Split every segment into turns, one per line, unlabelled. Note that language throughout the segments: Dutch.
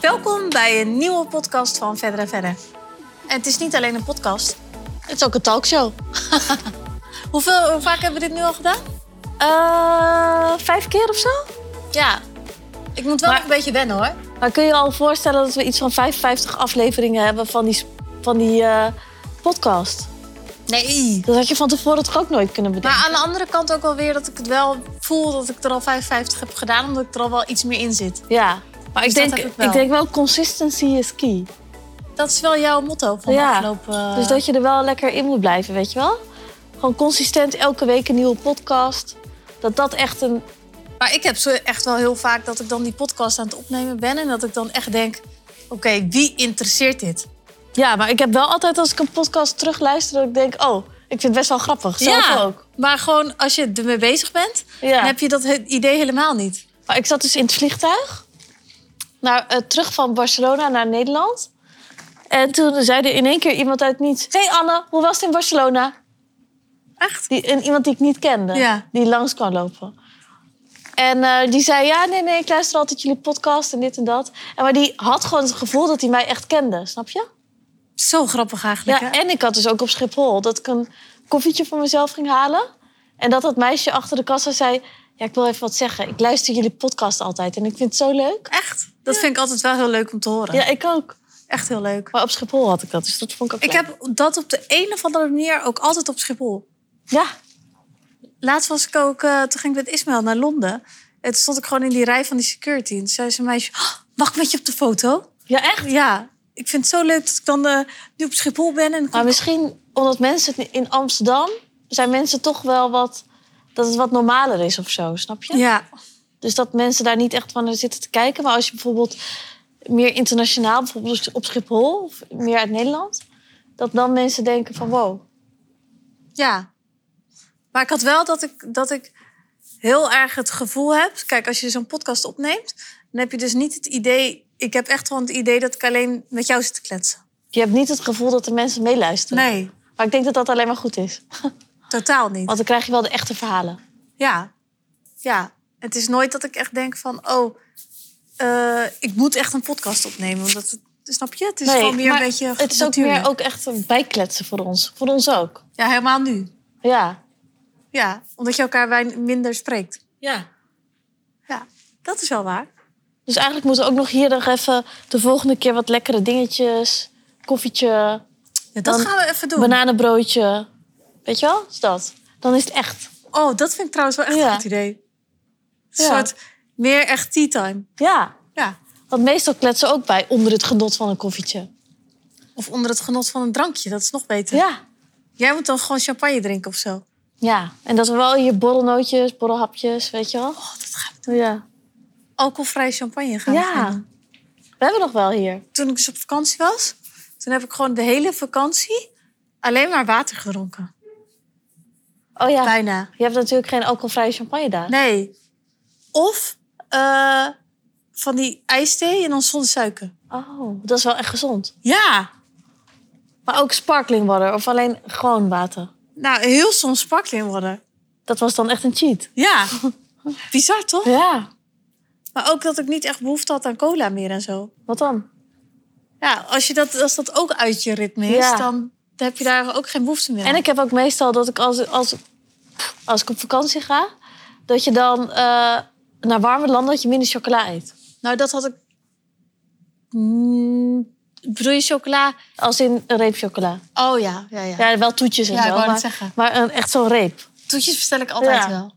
Welkom bij een nieuwe podcast van Verder en Verder. En het is niet alleen een podcast.
Het is ook een talkshow.
Hoeveel, hoe vaak hebben we dit nu al gedaan?
Eh, vijf keer of zo?
Ja. Ik moet wel
Maar-
een beetje wennen hoor.
Maar kun je je al voorstellen dat we iets van 55 afleveringen hebben van die, van die eh, podcast?
Nee.
Dat had je van tevoren toch ook nooit kunnen bedenken?
Maar aan de andere kant ook wel weer dat ik het wel voel dat ik er al 55 heb gedaan, omdat ik er al wel iets meer in zit. Dus
ja. Maar ik
dat
denk,
heb ik
ik,
wel.
denk wel, consistency is key.
Dat is wel jouw motto van de
Ja.
afgelopen. eh,
Dus dat je er wel lekker in moet blijven, weet je wel? Gewoon consistent elke week een nieuwe podcast. Dat dat echt een...
Maar ik heb zo echt wel heel vaak dat ik dan die podcast aan het opnemen ben en dat ik dan echt denk: oké, wie interesseert dit?
Ja, maar ik heb wel altijd als ik een podcast terugluister... dat ik denk, oh, ik vind het best wel grappig. Zelf ook.
Maar gewoon als je ermee bezig bent,
Ja.
dan heb je dat he- idee helemaal niet.
Maar ik zat dus in het vliegtuig. Naar, eh, terug van Barcelona naar Nederland. En toen zei er in één keer iemand uit niets... Hé hey Anne, hoe was het in Barcelona?
Echt?
Die, en iemand die ik niet kende,
Ja.
die langs kwam lopen. En eh, die zei, ja, nee, nee, ik luister altijd jullie podcast en dit en dat. En maar die had gewoon het gevoel dat hij mij echt kende, snap je?
Zo grappig eigenlijk.
Ja,
hè?
en ik had dus ook op Schiphol dat ik een koffietje voor mezelf ging halen. En dat dat meisje achter de kassa zei... Ja, ik wil even wat zeggen. Ik luister jullie podcast altijd en ik vind het zo leuk.
Echt? Dat vind ik altijd wel heel leuk om te horen.
Ja, ik ook.
Echt heel leuk.
Maar op Schiphol had ik dat, dus dat vond ik ook
Ik
leuk.
heb dat op de een of andere manier ook altijd op Schiphol.
Ja,
Laatst was ik ook, eh, toen ging ik met Ismaël naar Londen. En toen stond ik gewoon in die rij van die security. En toen zei ze een meisje, "Oh, mag ik met je op de foto?
ja echt.
Ja, ik vind het zo leuk dat ik dan eh, nu op Schiphol ben. En dan kan
Maar
ik-
misschien omdat mensen het in Amsterdam... zijn mensen toch wel wat... dat het wat normaler is of zo, snap je?
ja.
Dus dat mensen daar niet echt van naar zitten te kijken. Maar als je bijvoorbeeld meer internationaal... bijvoorbeeld op Schiphol, of meer uit Nederland... dat dan mensen denken van wow.
ja. Maar ik had wel dat ik, dat ik heel erg het gevoel heb... Kijk, als je zo'n podcast opneemt, dan heb je dus niet het idee... Ik heb echt gewoon het idee dat ik alleen met jou zit te kletsen.
Je hebt niet het gevoel dat de mensen meeluisteren.
Nee,
Maar ik denk dat dat alleen maar goed is.
totaal niet.
Want dan krijg je wel de echte verhalen.
Ja. Ja. Het is nooit dat ik echt denk van, oh, eh, ik moet echt een podcast opnemen. Omdat het, snap je? Het is gewoon meer een
maar
beetje
Het is ook
natuurlijk.
meer ook echt een bijkletsen voor ons. Voor ons ook.
Ja, helemaal nu.
Ja.
Ja, omdat je elkaar wijn minder spreekt.
ja.
Ja, dat is wel waar.
Dus eigenlijk moeten we ook nog hier nog even de volgende keer wat lekkere dingetjes. Koffietje,
Ja, dat
Dan-
gaan we even doen.
bananenbroodje. Weet je wel? Is dat. Dan is het echt.
Oh, dat vind ik trouwens wel echt
Ja.
een goed idee. Een
Ja.
soort meer echt tea time.
Ja.
Ja.
Want meestal kletsen we ook bij onder het genot van een koffietje.
Of onder het genot van een drankje, dat is nog beter.
Ja.
Jij moet dan gewoon champagne drinken of zo.
Ja. En dat we wel je borrelnootjes, borrelhapjes, weet je wel?
Oh, dat gaat...
Ja.
Alcoholvrij champagne gaan we
Ja.
doen.
We hebben nog wel hier.
toen ik dus op vakantie was, toen heb ik gewoon de hele vakantie alleen maar water gedronken.
Oh ja.
Bijna.
Je hebt natuurlijk geen alcoholvrije champagne daar.
Nee. Of eh, van die ijsthee en dan zonder suiker.
Oh, dat is wel echt gezond.
Ja.
Maar ook sparkling water of alleen gewoon water.
Nou, heel soms sparkling worden.
Dat was dan echt een cheat.
Ja. Bizar toch?
Ja.
Maar ook dat ik niet echt behoefte had aan cola meer en zo.
Wat dan?
Ja, als, je dat, als dat ook uit je ritme is,
Ja.
dan heb je daar ook geen behoefte meer aan.
En ik heb ook meestal dat ik als, als, als ik op vakantie ga, dat je dan eh, naar warme landen dat je minder chocola eet.
Nou, dat had ik... Mm, bedoel je chocola?
Als in een reep chocola.
Oh ja, ja, ja.
Ja, wel toetjes en
Ja, ik
zo.
wou net
maar
zeggen.
maar een, echt zo'n reep.
Toetjes bestel ik altijd
Ja.
wel.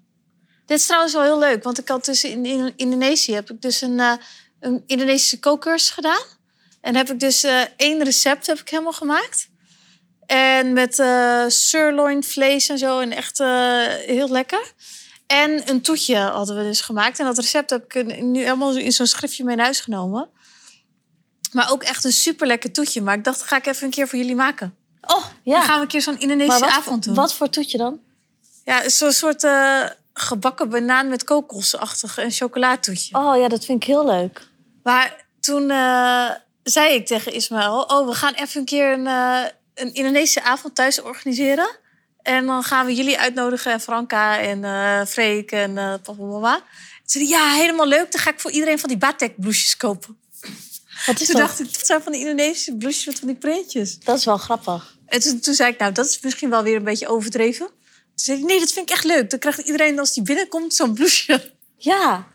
Dit is trouwens wel heel leuk, want ik had dus in, in Indonesië heb ik dus een, eh, een Indonesische kookcursus gedaan. En heb ik dus eh, één recept heb ik helemaal gemaakt. En met eh sirloin vlees en zo en echt eh, heel lekker. En een toetje hadden we dus gemaakt. En dat recept heb ik in- nu helemaal in zo'n schriftje mee naar huis genomen. Maar ook echt een super lekker toetje. Maar ik dacht, ga ik even een keer voor jullie maken.
Oh,
Dan
ja.
gaan we een keer zo'n
Maar
Indonesische avond
wat,
doen.
wat voor toetje dan?
Ja, zo'n soort eh, gebakken banaan met kokosachtig en chocolatoetje.
Oh ja, dat vind ik heel leuk.
Maar toen eh, zei ik tegen Ismaël... oh, we gaan even een keer een, eh, een Indonesische avond thuis organiseren. En dan gaan we jullie uitnodigen en Franka en eh Freek en eh papa en mama. Toen zei hij, ja, helemaal leuk. Dan ga ik voor iedereen van die batek bloesjes kopen.
Wat is
Toen
dat?
dacht ik, dat zijn van die Indonesische blouses met van die printjes.
Dat is wel grappig.
En toen, toen zei ik, nou, dat is misschien wel weer een beetje overdreven. Toen zei ik, nee, dat vind ik echt leuk. Dan krijgt iedereen als die binnenkomt zo'n blouseje.
Ja.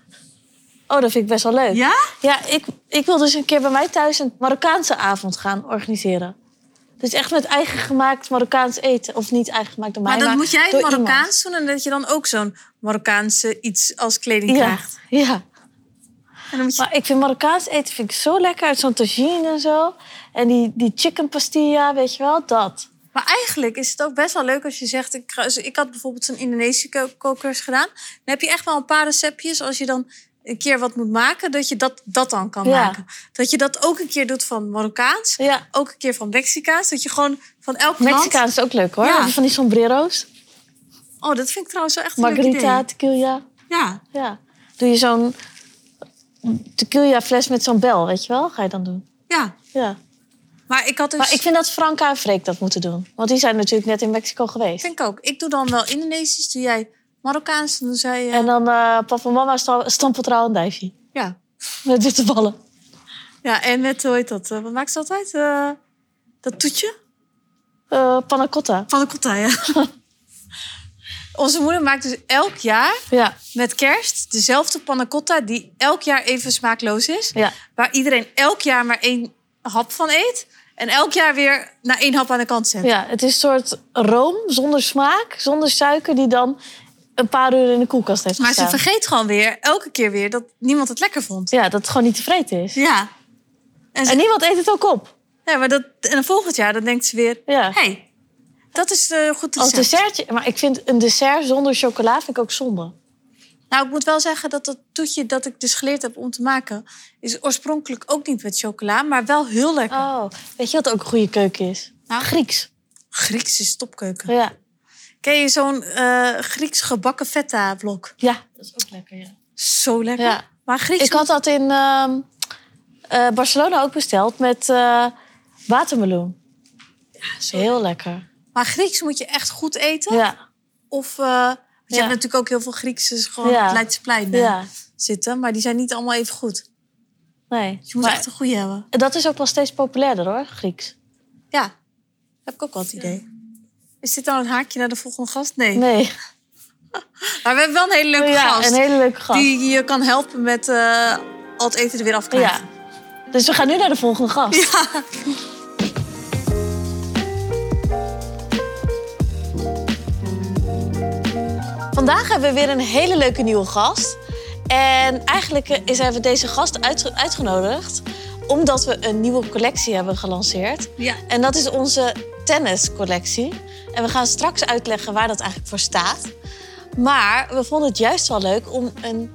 Oh, dat vind ik best wel leuk.
Ja?
Ja, ik, ik wil dus een keer bij mij thuis een Marokkaanse avond gaan organiseren. Dus echt met eigen gemaakt Marokkaans eten. Of niet eigen gemaakt door mij,
Maar dan moet jij het
door iemand.
Marokkaans doen en dat je dan ook zo'n Marokkaanse iets als kleding
Ja,
krijgt.
ja,
En dan moet je...
maar ik vind Marokkaans eten vind ik zo lekker. Uit zo'n tagine en zo. En die, die chicken pastilla, weet je wel, dat.
Maar eigenlijk is het ook best wel leuk als je zegt... Ik, ga- ik had bijvoorbeeld zo'n Indonesische ko- kookcursus gedaan. Dan heb je echt wel een paar receptjes. Als je dan een keer wat moet maken, dat je dat, dat dan kan
Ja.
maken. Dat je dat ook een keer doet van Marokkaans.
Ja,
Ook een keer van Mexicaans. Dat je gewoon van elk land...
Mexicaans is ook leuk hoor.
Ja.
Van die sombrero's.
Oh, dat vind ik trouwens wel echt een leuk
Margarita,
idee.
tequila.
Ja.
Ja. Doe je zo'n tequila fles met zo'n bel, weet je wel? Ga je dan doen.
ja.
Ja.
Maar ik had dus...
Maar ik vind dat Franka en Freek dat moeten doen. Want die zijn natuurlijk net in Mexico geweest.
vind ook. Ik doe dan wel Indonesisch, doe jij Marokkaans. Dan doe zij... eh,
En dan eh, papa en mama sta- stampen trouw een duifje.
ja.
Met witte ballen.
ja, en met, hoe heet dat? eh, Wat maakt ze altijd? Eh, dat toetje?
Eh panna cotta.
Van de Cotta, ja. Onze moeder maakt dus elk jaar
Ja,
met kerst dezelfde panna cotta... die elk jaar even smaakloos is.
ja.
Waar iedereen elk jaar maar één hap van eet. En elk jaar weer na één hap aan de kant zet.
ja, het is een soort room zonder smaak, zonder suiker... die dan een paar uur in de koelkast heeft
Maar ze
gestaan.
vergeet gewoon weer, elke keer weer, dat niemand het lekker vond.
Ja, dat het gewoon niet tevreden is.
Ja. En, ze-
En niemand eet het ook op.
ja, maar dat, en dan volgend jaar, dan denkt ze weer...
Ja.
Hé, hey, dat is eh goed
Als
recept.
dessertje. Maar ik vind een dessert zonder chocola vind ik ook zonde.
Nou, ik moet wel zeggen dat dat toetje dat ik dus geleerd heb om te maken... is oorspronkelijk ook niet met chocola, maar wel heel lekker.
Oh, weet je wat ook een goede keuken is?
Nou?
Grieks.
Griekse stopkeuken.
Ja.
Ken je zo'n eh, Grieks gebakken feta-blok?
ja. Dat is ook lekker, ja.
Zo lekker.
Ja.
Maar Grieks...
Ik had dat in ehm, eh, Barcelona ook besteld met eh, watermeloen.
Ja, zo-
Heel lekker.
Maar Grieks moet je echt goed eten.
Ja.
Of... eh, want je
Ja.
hebt natuurlijk ook heel veel Griekse dus gewoon
Ja.
op het Leidseplein eh,
ja.
zitten. Maar die zijn niet allemaal even goed.
Nee.
Dus je moet
Maar
echt een goede hebben.
dat is ook wel steeds populairder hoor, Grieks.
Ja, heb ik ook wel het idee. Is dit nou een haakje naar de volgende gast? Nee.
Nee.
Maar we hebben wel een hele leuke
Ja,
gast.
een hele leuke gast.
Die je kan helpen met eh, al het eten er weer
Ja.
afkrijgen.
Dus we gaan nu naar de volgende gast.
ja.
Vandaag hebben we weer een hele leuke nieuwe gast. En eigenlijk eh, is- hebben we deze gast uitge- uitgenodigd omdat we een nieuwe collectie hebben gelanceerd.
ja.
En dat is onze tenniscollectie. En we gaan straks uitleggen waar dat eigenlijk voor staat. Maar we vonden het juist wel leuk om een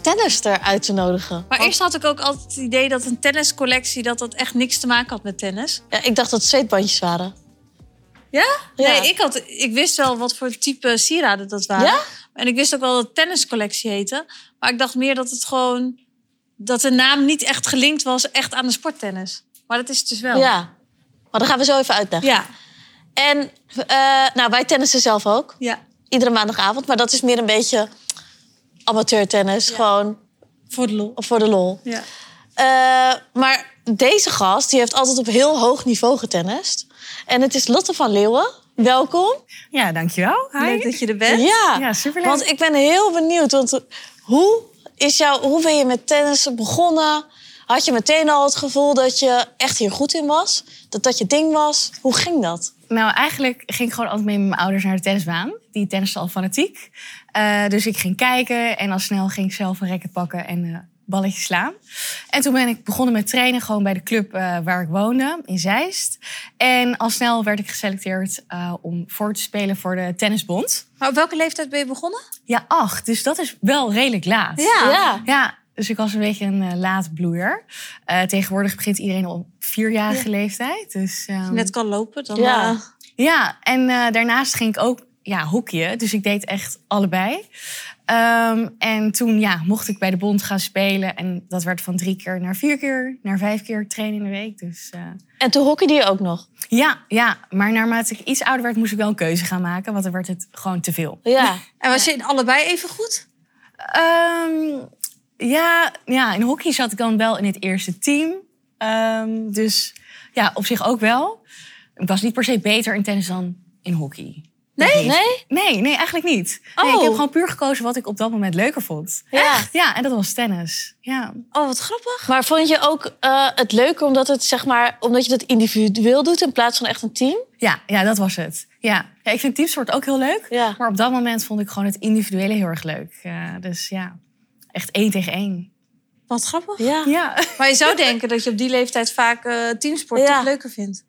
tennister uit te nodigen.
Maar
Want-
eerst had ik ook altijd het idee dat een tenniscollectie... dat dat echt niks te maken had met tennis.
Ja, ik dacht dat het zweetbandjes waren.
Ja?
Ja.
Nee, ik, had, ik wist wel wat voor type sieraden dat waren.
Ja?
En ik wist ook wel dat het tenniscollectie heette. Maar ik dacht meer dat het gewoon... dat de naam niet echt gelinkt was echt aan de sporttennis. Maar dat is het dus wel.
Ja. Maar dan gaan we zo even uitleggen.
Ja.
En eh, nou, wij tennissen zelf ook.
ja.
Iedere maandagavond. Maar dat is meer een beetje amateurtennis.
Ja.
Gewoon
Voor de lol.
voor de lol.
Ja.
Eh, maar deze gast die heeft altijd op heel hoog niveau getennist. En het is Lotte van Leeuwen. Welkom.
Ja, dankjewel.
Leuk
Hi.
dat je er bent.
Ja,
Ja, superleuk.
Want ik ben heel benieuwd. Want hoe, is jou, hoe ben je met tennis begonnen? Had je meteen al het gevoel dat je echt hier goed in was? Dat dat je ding was? Hoe ging dat?
Nou, eigenlijk ging ik gewoon altijd mee met mijn ouders naar de tennisbaan. Die tennissen al fanatiek. Eh, dus ik ging kijken en al snel ging ik zelf een racket pakken en eh balletjes slaan. En toen ben ik begonnen met trainen gewoon bij de club eh, waar ik woonde, in Zeist. En al snel werd ik geselecteerd eh, om voor te spelen voor de tennisbond.
Maar op welke leeftijd ben je begonnen?
Ja, acht. Dus dat is wel redelijk laat.
Ja.
ja.
Ja, dus ik was een beetje een eh, laat bloeier. Eh, tegenwoordig begint iedereen op vierjarige leeftijd. Dus,
Als
ehm,
je net kan lopen, dan...
Mm. Ja.
eh,
Ja, en eh, daarnaast ging ik ook ja, hoekje. Dus ik deed echt allebei. Ehm, en toen ja, mocht ik bij de bond gaan spelen. En dat werd van drie keer naar vier keer, naar vijf keer trainen in de week. Dus eh,
En toen hockeyde je ook nog.
ja, ja, maar naarmate ik iets ouder werd, moest ik wel een keuze gaan maken. Want dan werd het gewoon te veel.
Ja.
En was je in allebei even goed?
Ehm, ja, ja, in hockey zat ik dan wel in het eerste team. Ehm, dus ja, op zich ook wel. Ik was niet per se beter in tennis dan in hockey.
Nee?
Nee?
Nee, nee, eigenlijk niet. Nee, ik
Oh.
heb gewoon puur gekozen wat ik op dat moment leuker vond.
Ja.
Ja, en dat was tennis. Ja.
Oh, wat grappig.
Maar vond je ook eh, het leuker omdat, het, zeg maar, omdat je dat individueel doet in plaats van echt een team?
Ja, ja, dat was het. Ja. ja, ik vind teamsport ook heel leuk.
Ja.
Maar op dat moment vond ik gewoon het individuele heel erg leuk. Eh, dus ja, echt één tegen één.
Wat grappig.
Ja.
Ja.
Maar je zou denken dat je op die leeftijd vaak eh, teamsport
Ja.
toch leuker vindt.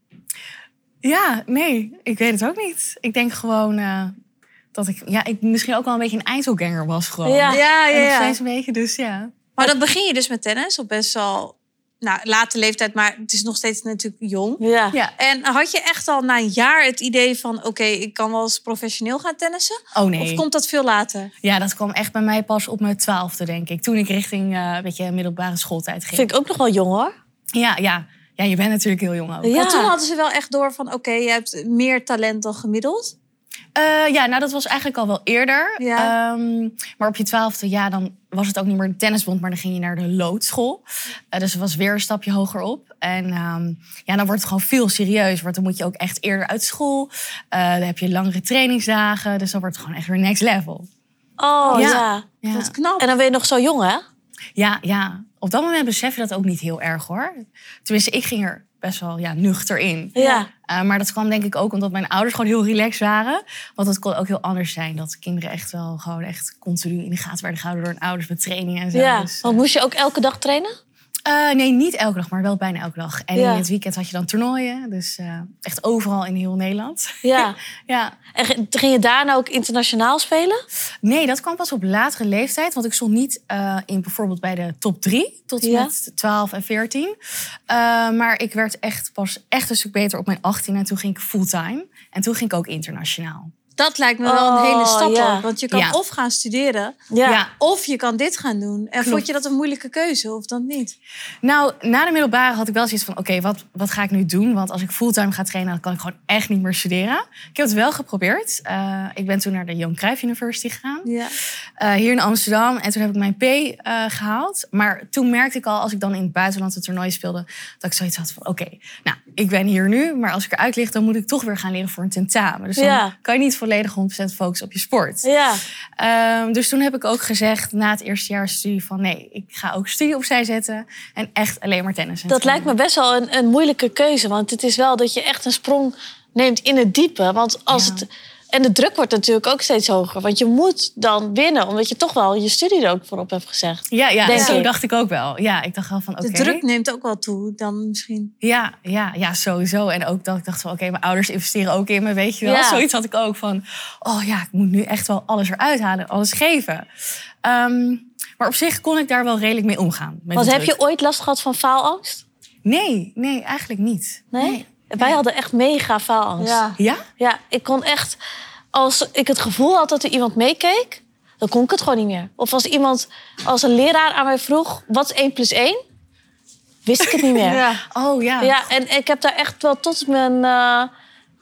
ja, nee, ik weet het ook niet. Ik denk gewoon eh, dat ik, ja, ik misschien ook wel een beetje een eindselganger was gewoon.
Ja.
ja,
En nog steeds een beetje, dus ja.
Maar dan begin je dus met tennis op best wel nou, late leeftijd, maar het is nog steeds natuurlijk jong.
Ja.
Ja.
En had je echt al na een jaar het idee van... oké, ik kan wel eens professioneel gaan tennissen?
Oh nee.
Of komt dat veel later?
Ja, dat kwam echt bij mij pas op mijn twaalfde, denk ik. Toen ik richting eh, een beetje middelbare schooltijd ging.
Vind ik ook nog wel jong hoor.
Ja, ja. ja, je bent natuurlijk heel jong ook.
Ja.
Want toen hadden ze wel echt door van... oké, je hebt meer talent dan gemiddeld.
Eh, ja, nou dat was eigenlijk al wel eerder.
Ja.
Ehm, maar op je twaalfde, ja, dan was het ook niet meer de tennisbond, maar dan ging je naar de loodschool. Eh, dus het was weer een stapje hoger op. En ehm, ja, dan wordt het gewoon veel serieus, want dan moet je ook echt eerder uit school. Eh, dan heb je langere trainingsdagen, dus dan wordt het gewoon echt weer next level.
Oh
Ja.
ja.
Ja.
Dat is knap.
En dan ben je nog zo jong hè?
Ja, ja. Op dat moment besef je dat ook niet heel erg hoor. Tenminste, ik ging er best wel ja, nuchter in.
Ja.
Eh, maar dat kwam denk ik ook omdat mijn ouders gewoon heel relaxed waren. Want het kon ook heel anders zijn dat kinderen echt wel gewoon echt continu in de gaten werden gehouden door hun ouders met trainingen en zo.
Ja.
Dus,
Want moest je ook elke dag trainen?
eh, nee, niet elke dag, maar wel bijna elke dag. En
Ja.
in het weekend had je dan toernooien. Dus eh, echt overal in heel Nederland.
Ja.
ja.
En g- ging je daarna ook internationaal spelen?
Nee, dat kwam pas op latere leeftijd. Want ik stond niet eh, in bijvoorbeeld bij de top drie. Tot en
Ja.
met 12 en 14. Eh, maar ik werd echt pas echt een stuk beter op mijn 18. En toen ging ik fulltime. En toen ging ik ook internationaal.
Dat lijkt me wel een hele
Oh,
stap
ja.
ook. Want je kan
Ja.
of gaan studeren...
ja,
of je kan dit gaan doen. En vond
Klopt.
je dat een moeilijke keuze of dan niet?
Nou, na de middelbare had ik wel zoiets van... oké, wat, wat ga ik nu doen? Want als ik fulltime ga trainen... dan kan ik gewoon echt niet meer studeren. Ik heb het wel geprobeerd. Eh, ik ben toen naar de Johan Cruijff University gegaan.
Ja.
eh, hier in Amsterdam. En toen heb ik mijn P eh, gehaald. Maar toen merkte ik al, als ik dan in het buitenland een toernooi speelde... dat ik zoiets had van, oké, nou, ik ben hier nu... maar als ik eruit lig, dan moet ik toch weer gaan leren voor een tentamen. Dus dan
Ja.
kan je niet volledig 100% focussen op je sport.
Ja.
Ehm, dus toen heb ik ook gezegd na het eerste jaar studie van nee, ik ga ook studie opzij zetten en echt alleen maar tennis. en
Dat lijkt
trainen.
me best wel een, een moeilijke keuze. Want het is wel dat je echt een sprong neemt in het diepe. Want als
Ja.
het, en de druk wordt natuurlijk ook steeds hoger. Want je moet dan winnen, omdat je toch wel je studie er ook voor op hebt gezegd.
Ja, ja
denk
en zo
ik.
dacht ik ook wel. Ja, ik dacht wel van oké.
De druk neemt ook wel toe dan misschien.
Ja, ja, ja, sowieso. En ook dat ik dacht van oké, mijn ouders investeren ook in me, weet je wel.
Ja.
Zoiets had ik ook van, oh ja, ik moet nu echt wel alles eruit halen, alles geven. Ehm, maar op zich kon ik daar wel redelijk mee omgaan. Met
Want
de
heb
druk.
je ooit last gehad van faalangst?
Nee, nee, eigenlijk niet.
Nee? Wij hadden echt mega faalangst.
Ja?
Ja, ik kon echt... Als ik het gevoel had dat er iemand meekeek, dan kon ik het gewoon niet meer. Of als iemand, als een leraar aan mij vroeg, wat is 1 plus 1? Wist ik het niet meer.
Ja.
Oh ja.
Ja, en ik heb daar echt wel tot mijn... eh,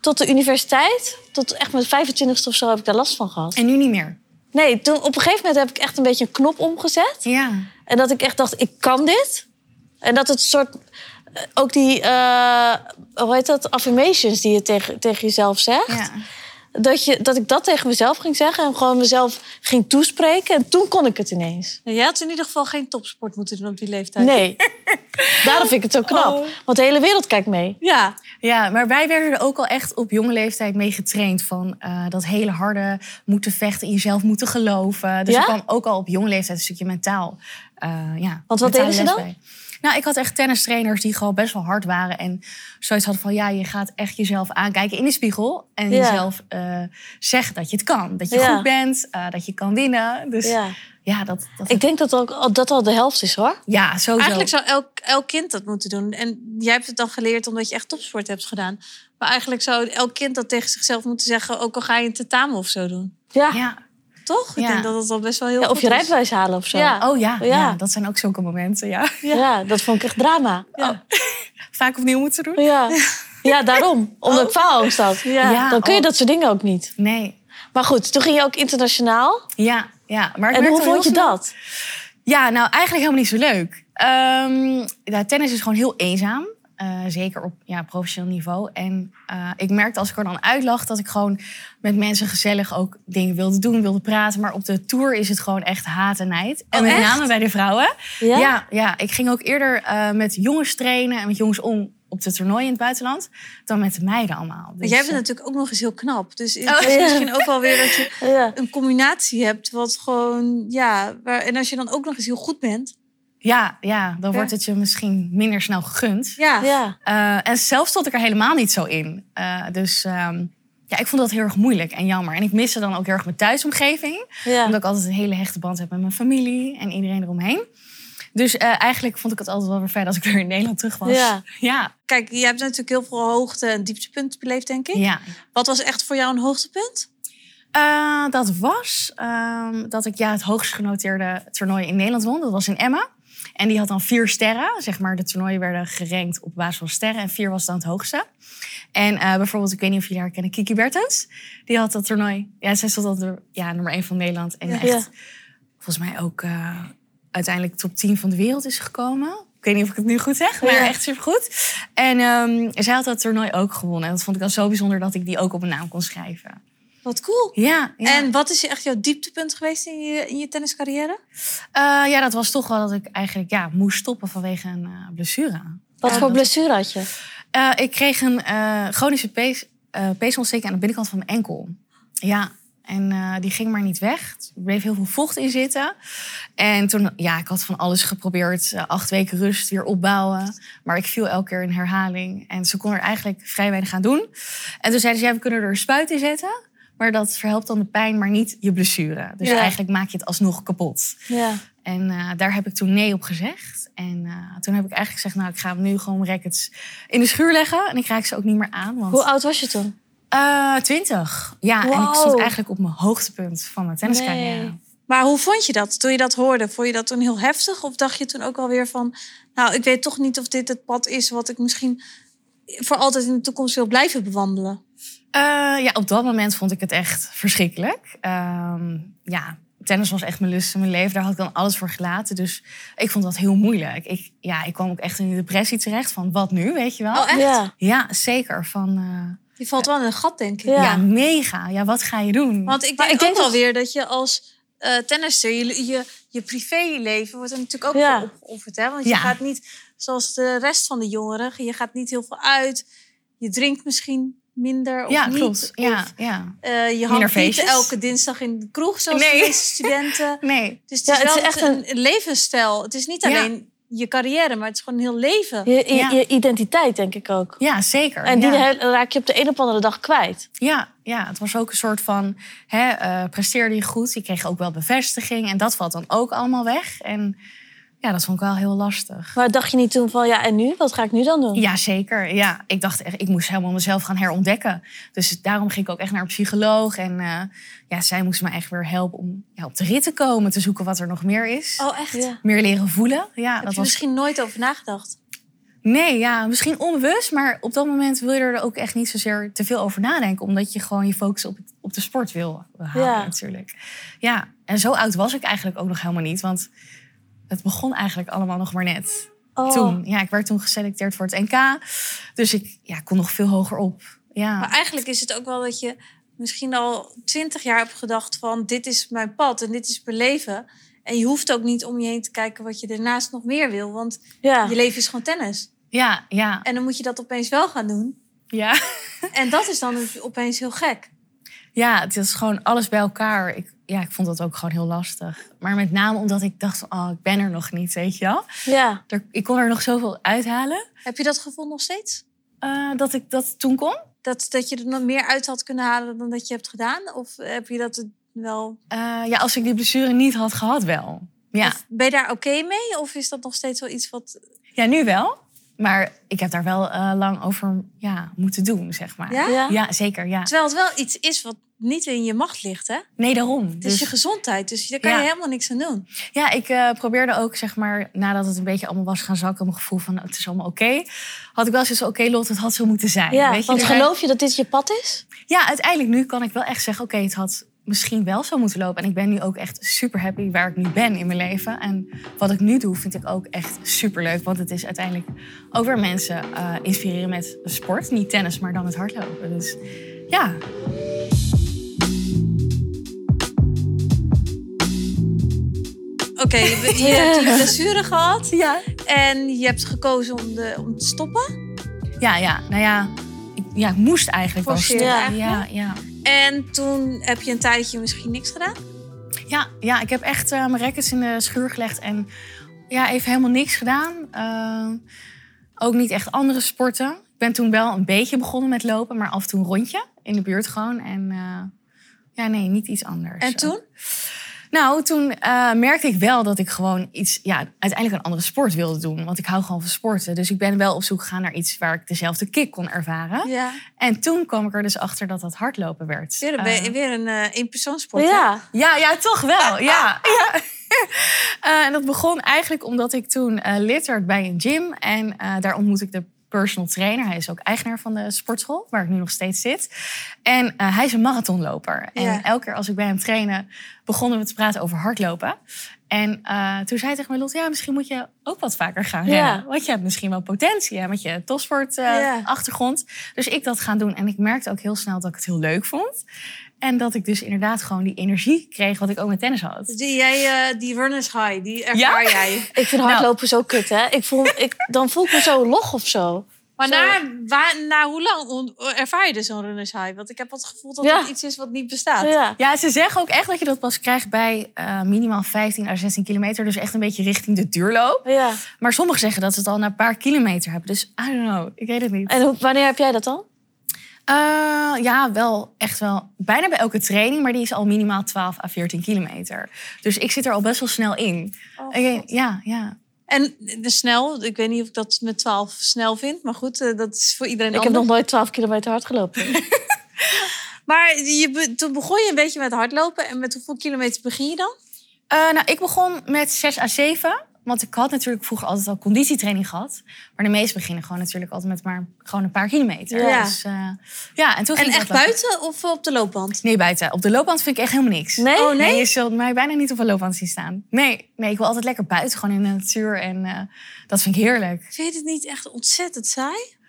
tot de universiteit, tot echt mijn 25ste of zo, heb ik daar last van gehad.
En nu niet meer.
Nee, toen, op een gegeven moment heb ik echt een beetje een knop omgezet.
Ja.
En dat ik echt dacht, ik kan dit. En dat het soort... eh, Ook die, eh, hoe heet dat, affirmations die je tegen, tegen jezelf zegt.
ja.
Dat, je, dat ik dat tegen mezelf ging zeggen en gewoon mezelf ging toespreken. En toen kon ik het ineens.
Je had in ieder geval geen topsport moeten doen op die leeftijd.
Nee. Daarom vind ik het zo knap.
Oh.
Want de hele wereld kijkt mee.
Ja.
Ja, maar wij werden er ook al echt op jonge leeftijd mee getraind. Van eh, dat hele harde moeten vechten, in jezelf moeten geloven. Dus
Ja?
er kwam ook al op jonge leeftijd een stukje mentaal. eh, ja,
Want wat
mentale
deden ze
les
dan?
bij. Nou, ik had echt tennistrainers die gewoon best wel hard waren. En zoiets hadden van, ja, je gaat echt jezelf aankijken in de spiegel. En
Ja.
jezelf eh, zeggen dat je het kan. Dat je
Ja.
goed bent, eh, dat je kan winnen. Dus ja,
Ja.
dat, dat...
Ik denk dat ook, dat al de helft is hoor.
Ja, sowieso.
Eigenlijk zou elk, elk kind dat moeten doen. En jij hebt het dan geleerd omdat je echt topsport hebt gedaan. Maar eigenlijk zou elk kind dat tegen zichzelf moeten zeggen... ook al ga je een tentamen of zo doen.
Ja.
Ja.
Toch? Ik
Ja.
denk dat dat al best wel heel
Ja,
goed
of je
is.
rijbewijs halen of zo.
Ja.
Oh ja,
Ja.
ja. dat zijn ook zulke momenten, ja.
Ja. dat vond ik echt drama. Oh,
Vaak opnieuw moeten doen.
Ja, ja daarom. Omdat ik faalangst had.
Oh. Ja,
Dan kun je
oh.
dat soort dingen ook niet.
Nee,
Maar goed, toen ging je ook internationaal.
Ja, ja. Maar ik
En
merkte
hoe
al heel
vond je
snel-
dat?
Ja, nou eigenlijk helemaal niet zo leuk. Eh, Ehm, ja, tennis is gewoon heel eenzaam. Eh, zeker op ja, professioneel niveau. En eh, ik merkte als ik er dan uit lag dat ik gewoon met mensen gezellig ook dingen wilde doen, wilde praten. Maar op de tour is het gewoon echt haat en nijd. En
Oh,
met
echt?
name bij de vrouwen.
Ja?
Ja, ja, ik ging ook eerder eh, met jongens trainen en met jongens om op de toernooi in het buitenland dan met de meiden allemaal. Dus,
Want jij bent
eh,
natuurlijk ook nog eens heel knap. Dus het
Oh,
is
ja.
misschien ook wel weer dat je
Ja.
een combinatie hebt. Wat gewoon, ja. Waar, en als je dan ook nog eens heel goed bent.
ja, ja, dan
Ja.
wordt het je misschien minder snel gegund.
Ja.
ja.
Eh, en zelf stond ik er helemaal niet zo in. Eh, dus ehm, ja, ik vond dat heel erg moeilijk en jammer. En ik miste dan ook heel erg mijn thuisomgeving.
ja.
Omdat ik altijd een hele hechte band heb met mijn familie en iedereen eromheen. Dus eh, eigenlijk vond ik het altijd wel weer fijn als ik weer in Nederland terug was.
Ja.
ja.
Kijk, je hebt natuurlijk heel veel hoogte- en dieptepunten beleefd, denk ik.
ja.
Wat was echt voor jou een hoogtepunt?
Eh, dat was ehm, dat ik ja, het hoogst genoteerde toernooi in Nederland won. Dat was in Emma. En die had dan vier sterren. Zeg maar, de toernooien werden gerankt op basis van sterren. En vier was dan het hoogste. En eh, bijvoorbeeld, ik weet niet of jullie haar kennen, Kiki Bertens. Die had dat toernooi. Ja, zij stond altijd ja, nummer één van Nederland. En
Ja.
echt, volgens mij ook eh, uiteindelijk top 10 van de wereld is gekomen. Ik weet niet of ik het nu goed zeg, maar
Ja.
echt supergoed. En ehm, zij had dat toernooi ook gewonnen. En dat vond ik dan zo bijzonder dat ik die ook op mijn naam kon schrijven.
Wat cool.
Ja, ja.
En wat is echt jouw dieptepunt geweest in je, in je tenniscarrière?
Eh, ja, dat was toch wel dat ik eigenlijk ja, moest stoppen vanwege een eh, blessure.
Wat
Ja,
voor
dat-
blessure had je?
Eh, ik kreeg een eh, chronische pees, eh, peesontsteking aan de binnenkant van mijn enkel. Ja, en eh, die ging maar niet weg. Er bleef heel veel vocht in zitten. En toen, ja, ik had van alles geprobeerd. Eh, acht weken rust, weer opbouwen. Maar ik viel elke keer in herhaling. En ze kon er eigenlijk vrij weinig aan doen. En toen zeiden ze, ja, we kunnen er een spuit in zetten. Maar dat verhelpt dan de pijn, maar niet je blessure. Dus
Ja.
eigenlijk maak je het alsnog kapot.
Ja.
En eh, daar heb ik toen nee op gezegd. En eh, toen heb ik eigenlijk gezegd, nou, ik ga hem nu gewoon mijn rackets in de schuur leggen. En ik raak ze ook niet meer aan. Want,
Hoe oud was je toen?
Eh, 20. Ja, en ik
Wow.
stond eigenlijk op mijn hoogtepunt van mijn tenniscarrière.
Nee.
Maar hoe vond je dat toen je dat hoorde? Vond je dat toen heel heftig? Of dacht je toen ook alweer van... Nou, ik weet toch niet of dit het pad is wat ik misschien voor altijd in de toekomst wil blijven bewandelen.
Eh, ja, op dat moment vond ik het echt verschrikkelijk. Ehm, ja, tennis was echt mijn lust en mijn leven. Daar had ik dan alles voor gelaten. Dus ik vond dat heel moeilijk. Ik, ja, ik kwam ook echt in een depressie terecht van wat nu, weet je wel?
Oh, echt?
Ja.
Ja, zeker. Van, eh,
Je valt wel in een gat, denk ik.
ja.
Ja.
mega. Ja, wat ga je doen?
Want ik
Maar
denk,
ik denk
ook wel
dat-
weer dat je als eh tennisser... Je, je, je privéleven wordt er natuurlijk ook
Ja.
voor opgeofferd. Hè? Want je
Ja.
gaat niet zoals de rest van de jongeren. Je gaat niet heel veel uit. Je drinkt misschien minder of
ja,
niet.
klopt. Ja,
Of,
ja.
eh, je hangt niet
feestjes.
elke dinsdag in de kroeg zoals
Nee.
de meeste studenten.
Nee.
Dus het
Ja,
is,
het is
wel
echt
een, een levensstijl. Het is niet
Ja.
alleen je carrière, maar het is gewoon een heel leven.
Je, je,
Ja.
je identiteit, denk ik ook.
Ja, zeker.
En die
ja.
he- raak je op de een of andere dag kwijt.
Ja, ja, het was ook een soort van, hè, eh, presteerde je goed, je kreeg ook wel bevestiging en dat valt dan ook allemaal weg. En ja, dat vond ik wel heel lastig.
Maar dacht je niet toen van, ja, en nu? Wat ga ik nu dan doen?
Ja, zeker. Ja, ik dacht echt, ik moest helemaal mezelf gaan herontdekken. Dus daarom ging ik ook echt naar een psycholoog. En eh, ja, zij moest me echt weer helpen om ja, op de rit te komen, te zoeken wat er nog meer is.
Oh, echt?
Ja.
Meer leren voelen. Ja,
Heb
dat
je
was
misschien nooit over nagedacht?
Nee, ja, misschien onbewust, maar op dat moment wil je er ook echt niet zozeer te veel over nadenken, omdat je gewoon je focus op, het- op de sport wil houden
Ja.
natuurlijk. Ja, en zo oud was ik eigenlijk ook nog helemaal niet, want het begon eigenlijk allemaal nog maar net.
Oh.
Toen, ja, ik werd toen geselecteerd voor het NK, dus ik ja, kon nog veel hoger op. Ja,
Maar eigenlijk is het ook wel dat je misschien al twintig jaar hebt gedacht van... dit is mijn pad en dit is mijn leven. En je hoeft ook niet om je heen te kijken wat je daarnaast nog meer wil. Want
Ja.
je leven is gewoon tennis.
ja, ja,
En dan moet je dat opeens wel gaan doen.
ja.
En dat is dan opeens heel gek.
Ja, het is gewoon alles bij elkaar. Ik, ja, ik vond dat ook gewoon heel lastig. Maar met name omdat ik dacht, van, oh, ik ben er nog niet, weet je wel.
ja.
Er- Ik kon er nog zoveel uithalen.
Heb je dat gevoel nog steeds?
Eh, dat ik dat toen kon?
Dat, dat je er nog meer uit had kunnen halen dan dat je hebt gedaan? Of heb je dat wel
Eh, ja, als ik die blessure niet had gehad, wel. Ja,
Of ben je daar oké mee? Of is dat nog steeds wel iets wat...
ja nu wel. Maar ik heb daar wel eh, lang over ja, moeten doen, zeg maar.
Ja? Dus-
Ja.
Ja, zeker, ja.
Terwijl het wel iets is wat niet in je macht ligt, hè?
Nee, daarom.
Het is
Dus-
je gezondheid, dus daar kan
Ja.
je helemaal niks aan doen.
ja, ik eh, probeerde ook, zeg maar, nadat het een beetje allemaal was gaan zakken... mijn gevoel van, het is allemaal oké. Had ik wel zoiets van, oké, Lot, het had zo moeten zijn.
Ja,
weet je?
want
Dus-
geloof je dat dit je pad is?
Ja, uiteindelijk nu kan ik wel echt zeggen, oké, het had misschien wel zou moeten lopen. En ik ben nu ook echt super happy waar ik nu ben in mijn leven. En wat ik nu doe vind ik ook echt super leuk. Want het is uiteindelijk ook weer mensen eh, inspireren met sport. Niet tennis, maar dan het hardlopen. Dus ja,
Oké, je, bent- je hebt die blessure gehad.
Ja.
En je hebt gekozen om, de, om te stoppen.
ja, ja. Nou ja, ik, ja, ik moest eigenlijk wel
Forceren
stoppen. Ja,
eigenlijk.
ja.
En toen heb je een tijdje misschien niks gedaan.
Ja, ja, ik heb echt eh, mijn records in de schuur gelegd en ja, even helemaal niks gedaan. Eh, ook niet echt andere sporten. Ik ben toen wel een beetje begonnen met lopen, maar af en toe een rondje in de buurt gewoon. En eh, ja, nee, niet iets anders.
En toen?
Nou, toen eh, merkte ik wel dat ik gewoon iets, ja, uiteindelijk een andere sport wilde doen. Want ik hou gewoon van sporten. Dus ik ben wel op zoek gegaan naar iets waar ik dezelfde kick kon ervaren.
Ja.
En toen kwam ik er dus achter dat dat hardlopen werd.
Weer, een be-
Eh,
weer een eh eenpersoonssport. hè?
Ja.
ja, ja, toch
Ah,
wel. Ja. ja. Eh, en dat begon eigenlijk omdat ik toen eh, lid werd bij een gym. En eh, daar ontmoette ik de personal trainer. Hij is ook eigenaar van de sportschool, waar ik nu nog steeds zit. En eh, hij is een marathonloper. En
Ja.
elke keer als ik bij hem trainde, begonnen we te praten over hardlopen. En eh, toen zei hij tegen mij, Lot, ja, misschien moet je ook wat vaker gaan
Ja.
rennen. Want je hebt misschien wel potentie hè, met je topsport eh,
Ja.
achtergrond. Dus ik dat gaan doen. En ik merkte ook heel snel dat ik het heel leuk vond. En dat ik dus inderdaad gewoon die energie kreeg wat ik ook met tennis had.
Die, jij, eh, die runners high, die
Ja?
ervaar jij.
Ik vind hardlopen zo kut, hè? Ik voel, ik, dan voel ik me zo log of zo.
Maar
Zo.
na, wa- na hoe lang on- ervaar je dus zo'n runners high? Want ik heb het gevoel dat
Ja.
dat iets is wat niet bestaat.
Ja.
Ja, ze zeggen ook echt dat je dat pas krijgt bij eh, minimaal 15 à 16 kilometer. Dus echt een beetje richting de duurloop.
ja.
Maar sommigen zeggen dat ze het al na een paar kilometer hebben. Dus I don't know, ik weet het niet.
En hoe, wanneer heb jij dat dan?
Eh, ja, wel echt wel. Bijna bij elke training, maar die is al minimaal 12 à 14 kilometer. Dus ik zit er al best wel snel in.
Oh,
Ik denk, ja, ja.
En de snel, ik weet niet of ik dat met 12 snel vind, maar goed, eh, dat is voor iedereen
Ik heb
anders.
nog nooit 12 kilometer hard gelopen.
Maar je, be- toen begon je een beetje met hardlopen en met hoeveel kilometer begin je dan?
Eh, nou, ik begon met 6 à 7. Want ik had natuurlijk vroeger altijd al conditietraining gehad. Maar de meesten beginnen gewoon natuurlijk altijd met maar gewoon een paar kilometer.
Ja.
Dus, eh, ja en toen
En
ging ik
echt
dat lopen.
buiten of op de loopband?
Nee, buiten. Op de loopband vind ik echt helemaal niks.
Nee?
Oh, nee?
je zult mij bijna niet op een loopband zien staan. Nee, nee ik wil altijd lekker buiten, gewoon in de natuur. En eh, dat vind ik heerlijk.
Vind je het niet echt ontzettend saai?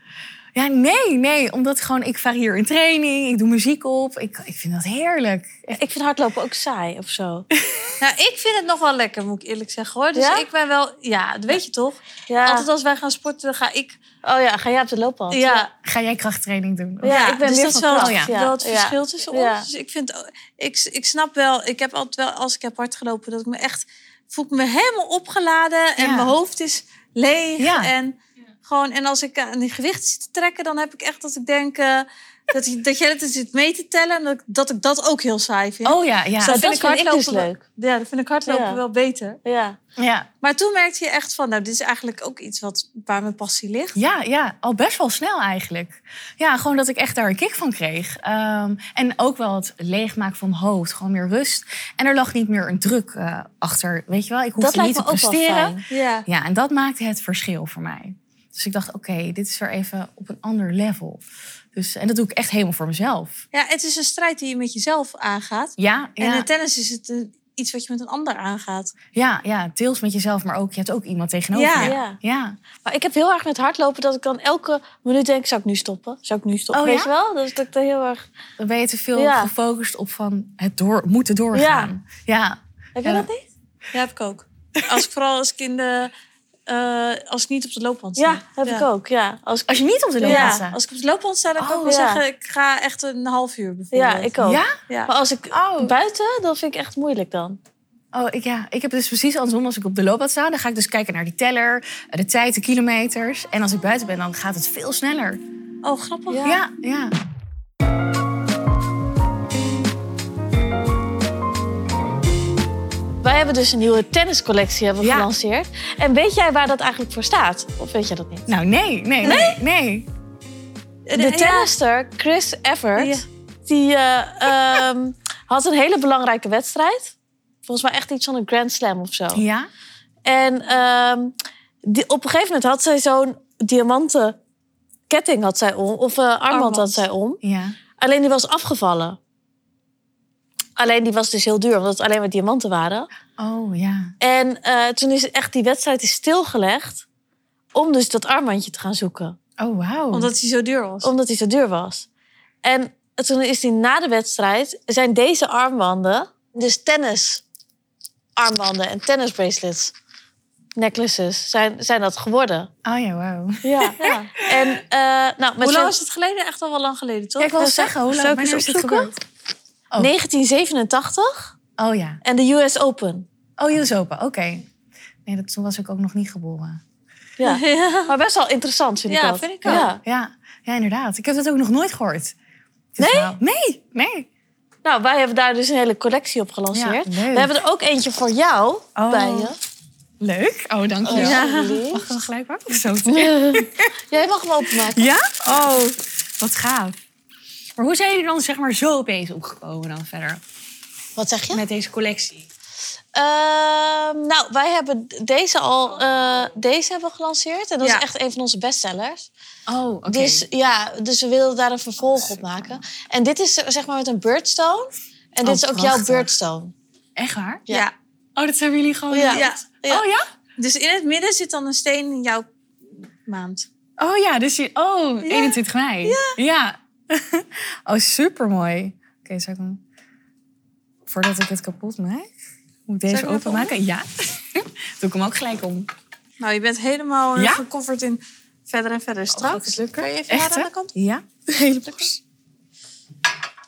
Ja, nee, nee. Omdat gewoon, ik varieer in training, ik doe muziek op. Ik, ik vind dat heerlijk.
Ik vind hardlopen ook saai of zo.
Nou, ik vind het nog wel lekker, moet ik eerlijk zeggen hoor. Dus
Ja?
ik ben wel, ja, dat weet je toch?
Ja.
Altijd als wij gaan sporten, dan ga ik.
Oh ja, ga jij op de loopband?
Ja,
Ga jij krachttraining doen?
Ja, ik ben
dus
meer
dat is
van
wel,
kracht,
het-
ja.
wel het
Ja.
verschil tussen
Ja.
ons. Dus ik, vind, ik, ik snap wel, ik heb altijd wel, als ik heb hard gelopen, dat ik me echt voel ik me helemaal opgeladen en
Ja.
mijn hoofd is leeg.
Ja.
En, gewoon, en als ik aan die gewicht zit te trekken, dan heb ik echt dat ik denk eh, dat, je- dat jij het zit mee te tellen en dat, ik- dat ik dat ook heel saai vind.
Oh ja, ja.
Zo,
dat
dat
vind ik
vind ik dus
hardlopen wel-
leuk.
Ja, dat vind ik hardlopen
Ja.
wel beter.
Ja.
ja.
Maar toen merkte je echt van, nou, dit is eigenlijk ook iets wat, waar mijn passie ligt.
Ja, ja, al best wel snel eigenlijk. Ja, gewoon dat ik echt daar een kick van kreeg. Ehm, en ook wel het leegmaken van mijn hoofd, gewoon meer rust. En er lag niet meer een druk eh, achter, weet je wel.
Dat
Ik hoefde
lijkt
niet te
me ook wel
presteren.
fijn.
Ja.
Ja, en dat maakte het verschil voor mij. Dus ik dacht, oké, dit is weer even op een ander level. Dus, en dat doe ik echt helemaal voor mezelf.
ja, het is een strijd die je met jezelf aangaat.
Ja,
En
ja,
in tennis is het een- iets wat je met een ander aangaat.
ja, ja, deels met jezelf, maar ook, je hebt ook iemand tegenover
Ja.
je.
Ja.
ja.
Maar ik heb heel erg met hardlopen dat ik dan elke minuut denk... zou ik nu stoppen? Zou ik nu stoppen?
Oh,
Weet
ja?
je wel? Dus dat ik daar heel erg...
Dan ben je te veel
Ja.
gefocust op van het door, moeten doorgaan. ja.
Heb
Ja.
je dat niet?
Ja, heb ik ook. Als ik, vooral als ik in de... eh, als ik niet op de loopband sta.
Ja, heb ik ook. Ja, als ik...
Als je niet op de loopbaan
Ja,
staat.
als ik op de loopband sta, dan kan
Oh,
ik wel
ja.
zeggen... ik ga echt een half uur bijvoorbeeld.
ja ik ook.
Ja?
Ja.
Maar als ik
Oh.
buiten, dat vind ik echt moeilijk dan.
Oh, ik, ja. ik heb dus precies andersom als ik op de loopbaan sta. Dan ga ik dus kijken naar die teller, eh, de tijd, de kilometers. En als ik buiten ben, dan gaat het veel sneller.
Oh, grappig.
Ja.
Ja, ja.
Wij hebben dus een nieuwe tenniscollectie hebben we
Ja.
gelanceerd. En weet jij waar dat eigenlijk voor staat? Of weet jij dat niet?
Nou, nee, nee, nee. nee.
De,
De
ja,
tennister Chris Evert,
Ja.
die eh, ehm, had een hele belangrijke wedstrijd. Volgens mij echt iets van een Grand Slam of zo.
Ja?
En ehm, die, op een gegeven moment had zij zo'n diamanten ketting had zij om. Of eh armband
Armband.
had zij om.
Ja.
Alleen die was afgevallen. Alleen die was dus heel duur, omdat het alleen maar diamanten waren.
Oh ja.
En eh, toen is echt die wedstrijd is stilgelegd om dus dat armbandje te gaan zoeken.
Oh wauw.
Omdat hij zo duur was.
Omdat die zo duur was. En toen is die na de wedstrijd, zijn deze armbanden, dus tennis armbanden en tennis bracelets, necklaces, zijn, zijn dat geworden.
Oh ja, wauw.
Ja. En eh, nou, met
Hoe
zo'n-
lang is het geleden? Echt al wel lang geleden, toch?
Ja, ik wil zeggen, hoe
Zou
lang
ik
wanneer
eens
is het
opzoeken?
gebeurd? Oh.
1987
Oh ja.
en de US Open.
Oh, US Open, oké. Nee, dat, toen was ik ook nog niet geboren.
Ja.
Ja.
Maar best wel interessant vind ik
Ja,
dat.
vind ik ook.
Ja.
Ja. ja, inderdaad. Ik heb dat ook nog nooit gehoord. Dit
Nee?
verhaal. Nee, nee.
Nou, wij hebben daar dus een hele collectie op gelanceerd. We
Ja, leuk.
hebben er ook eentje voor jou
Oh.
bij je.
Leuk. Oh, dankjewel.
Oh, ja.
Mag ik dan gelijk pakken? Of zo?
Jij mag hem openmaken.
Ja? Oh, wat gaaf. Maar hoe zijn jullie dan zeg maar zo opeens opgekomen dan verder?
Wat zeg je?
Met deze collectie?
Ehm, nou, wij hebben deze al eh, deze hebben we gelanceerd. En dat
Ja.
is echt een van onze bestsellers.
Oh, oké.
Dus, ja, dus we wilden daar een vervolg op maken. En dit is eh, zeg maar met een birdstone. En dit
Oh,
is ook jouw
prachtig.
birdstone.
Echt waar?
Ja.
Oh, dat hebben jullie gewoon...
Ja.
Ja.
Ja.
Oh ja?
Dus in het midden zit dan een steen in jouw maand.
Oh ja, dus je... Oh, 21 mei. Ja. oh, supermooi. Oké, zou ik hem... Voordat ik het kapot maak, moet ik
ik
deze
hem even
openmaken? Ja. Doe ik hem ook gelijk om.
Nou, je bent helemaal eh,
Ja? Oh,
gecoverd in verder en verder
gaat het
straks.
lukken?
Kan je even
Echt,
naar
hè?
de kant?
Ja. Helemaal.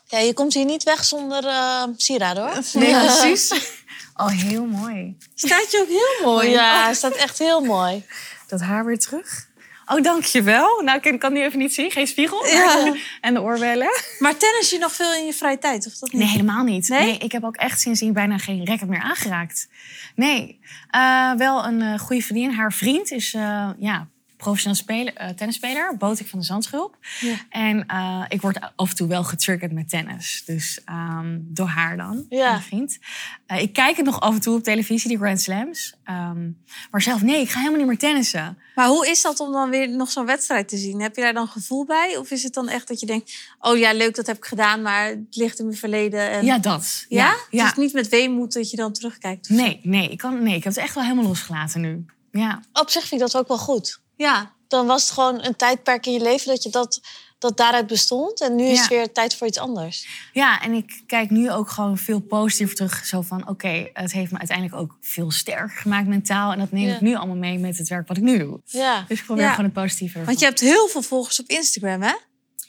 Ja, je komt hier niet weg zonder eh sieraden hoor.
Nee, precies. Oh, heel mooi.
Staat je ook heel mooi.
Ja, het staat echt heel mooi.
dat haar weer terug. Oh, dankjewel. Nou, ik kan- kan nu even niet zien. Geen spiegel. maar-
Ja.
En de oorbellen.
Maar tennis je nog veel in je vrije tijd, of dat niet?
Nee, helemaal niet.
Nee?
Nee? ik heb ook echt sindsdien bijna geen rekken meer aangeraakt. Nee, Eh, wel een eh, goede vriendin. Haar vriend is eh, ja, professioneel speler, eh, tennisspeler, Botik van de Zandschulp.
Ja.
En eh, ik word af en toe wel getriggerd met tennis. Dus ehm, door haar dan,
Ja.
mijn vriend. Eh, ik kijk het nog af en toe op televisie, die Grand Slams. Ehm, maar zelf, nee, ik ga helemaal niet meer tennissen.
Maar hoe is dat om dan weer nog zo'n wedstrijd te zien? Heb je daar dan gevoel bij? Of is het dan echt dat je denkt... oh ja, leuk, dat heb ik gedaan, maar het ligt in mijn verleden. En...
Ja, dat.
Ja?
ja.
Dus niet met weemoed dat je dan terugkijkt.
Nee, nee, ik kan, nee, ik heb het echt wel helemaal losgelaten nu. Ja,
Op zich vind ik dat ook wel goed.
Ja.
Dan was het gewoon een tijdperk in je leven dat je dat, dat daaruit bestond. En nu is
Ja.
het weer tijd voor iets anders.
ja en ik kijk nu ook gewoon veel positief terug. Zo van, oké, het heeft me uiteindelijk ook veel sterker gemaakt mentaal. En dat neem
Ja.
ik nu allemaal mee met het werk wat ik nu doe.
Ja.
Dus ik probeer
Ja.
gewoon het positieve ervan.
Want je hebt heel veel volgers op Instagram, hè?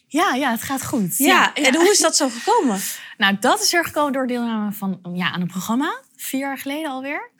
Ja, ja, het gaat goed.
En hoe is dat zo gekomen?
Nou, dat is er gekomen door deelname van, ja, aan een programma. Vier jaar geleden alweer.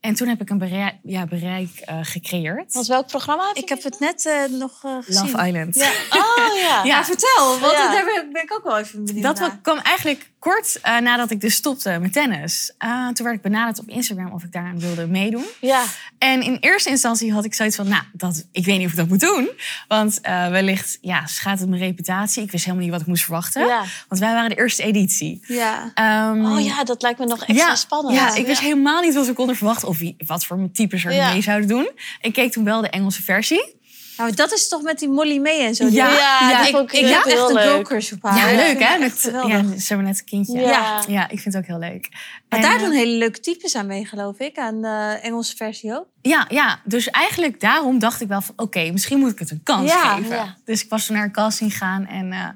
En toen heb ik een bereik, ja, bereik eh, gecreëerd.
Want welk programma heb je?
Ik heb het net eh, nog eh, gezien.
Love Island.
Ja.
Oh ja.
Ja.
Maar vertel, want
Ja.
daar ben- ben ik ook wel even benieuwd
Dat
naar.
wa- kwam eigenlijk kort eh, nadat ik dus stopte met tennis. Eh, toen werd ik benaderd op Instagram of ik daaraan wilde meedoen.
Ja.
En in eerste instantie had ik zoiets van, nou, dat, ik weet niet of ik dat moet doen. Want eh, wellicht ja, schaadt het mijn reputatie. Ik wist helemaal niet wat ik moest verwachten.
Ja.
Want wij waren de eerste editie.
Ja.
Ehm,
Oh ja, dat lijkt me nog extra
ja,
spannend.
Ja, ik wist helemaal niet wat we konden verwachten. Of wie, wat voor types er
Ja.
mee zouden doen. Ik keek toen wel de Engelse versie.
Nou, dat is toch met die Molly mee en zo.
Ja,
Die-
ja,
ja,
dat
ik,
vond
ik
heel
heb echt een
leuk.
brokers op haar.
ja,
Ik
leuk
vind haar
hè?
echt
Met,
geweldig.
ja, ze hebben net een kindje.
Ja.
Ja. ja, ik vind het ook heel leuk.
Maar
En,
daar
eh,
doen hele leuke types aan mee, geloof ik. Aan de Engelse versie ook.
Ja, ja, dus eigenlijk daarom dacht ik wel van... oké, misschien moet ik het een kans
Ja,
geven.
ja.
Dus ik was toen naar een casting gaan en eh,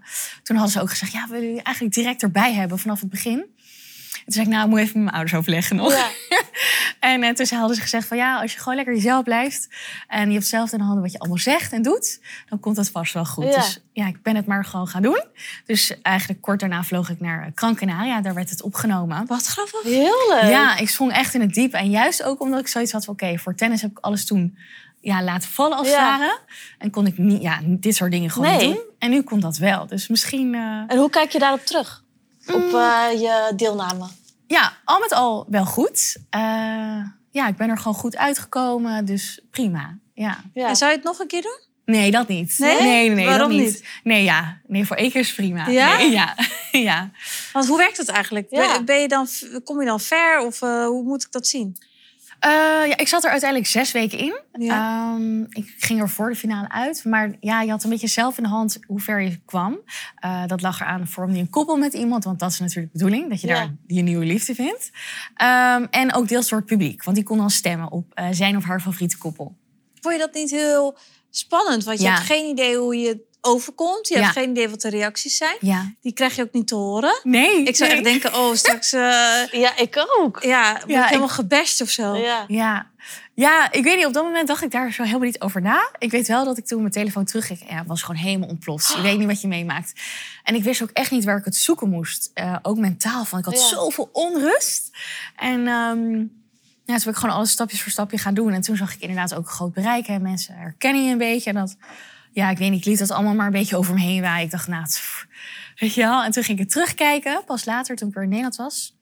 toen hadden ze ook gezegd... ja, willen jullie eigenlijk direct erbij hebben vanaf het begin? En toen zei ik, nou, ik moet even met mijn ouders overleggen nog.
Ja.
En eh, toen hadden ze gezegd van ja, als je gewoon lekker jezelf blijft... en je hebt zelf in de handen wat je allemaal zegt en doet... dan komt dat vast wel goed.
Ja.
Dus ja, ik ben het maar gewoon gaan doen. Dus eigenlijk kort daarna vloog ik naar eh, Gran Canaria. Daar werd het opgenomen.
Wat grappig.
Heel leuk.
Ja, ik sprong echt in het diep. En juist ook omdat ik zoiets had van... oké, voor tennis heb ik alles toen ja, laten vallen als het
Ja.
ware. En kon ik niet, ja, dit soort dingen gewoon niet
Nee.
doen. En nu kon dat wel. Dus misschien... eh,
En hoe kijk je daarop terug? Op eh, je deelname?
ja, al met al wel goed. Eh, ja, ik ben er gewoon goed uitgekomen. Dus prima. Ja.
Ja.
En zou je het nog een keer doen?
Nee, dat niet.
Nee?
nee, nee,
Waarom
dat niet?
niet?
Nee, ja. Nee, voor één keer is prima.
Ja?
Nee, ja. ja.
Want hoe werkt dat eigenlijk?
Ja.
Ben- Ben je dan, kom je dan ver of eh, hoe moet ik dat zien?
Eh, ja, ik zat er uiteindelijk zes weken in. Ehm, ik ging er voor de finale uit. Maar ja, je had een beetje zelf in de hand hoe ver je kwam. Eh, dat lag eraan, vormde je een koppel met iemand. Want dat is natuurlijk de bedoeling, dat je
Ja.
daar je nieuwe liefde vindt. Ehm, en ook deels door het publiek. Want die kon dan stemmen op eh, zijn of haar favoriete koppel.
Vond je dat niet heel spannend? Want je
Ja.
hebt geen idee hoe je overkomt. Je
Ja.
hebt geen idee wat de reacties zijn.
Ja.
Die krijg je ook niet te horen.
Nee.
Ik zou
nee.
echt denken, oh, straks eh,
Ja, ik ook.
ja, word
Ja,
ik
ik-
helemaal gebashed of zo.
Ja.
Ja. ja, ik weet niet. Op dat moment dacht ik daar zo helemaal niet over na. Ik weet wel dat ik toen mijn telefoon terugkreeg. Ja, het was gewoon helemaal ontploft. Je weet niet wat je meemaakt. En ik wist ook echt niet waar ik het zoeken moest. Eh, ook mentaal. Van, ik had
Ja.
zoveel onrust. En ehm, ja, toen ben ik gewoon alles stapjes voor stapje gaan doen. En toen zag ik inderdaad ook groot bereik. Hè. Mensen herkennen je een beetje. En dat, ja, ik weet niet. Ik liet dat allemaal maar een beetje over me heen waaien. Ik dacht, nou, het- pff, weet je wel. En toen ging ik het terugkijken. Pas later, toen ik weer in Nederland was.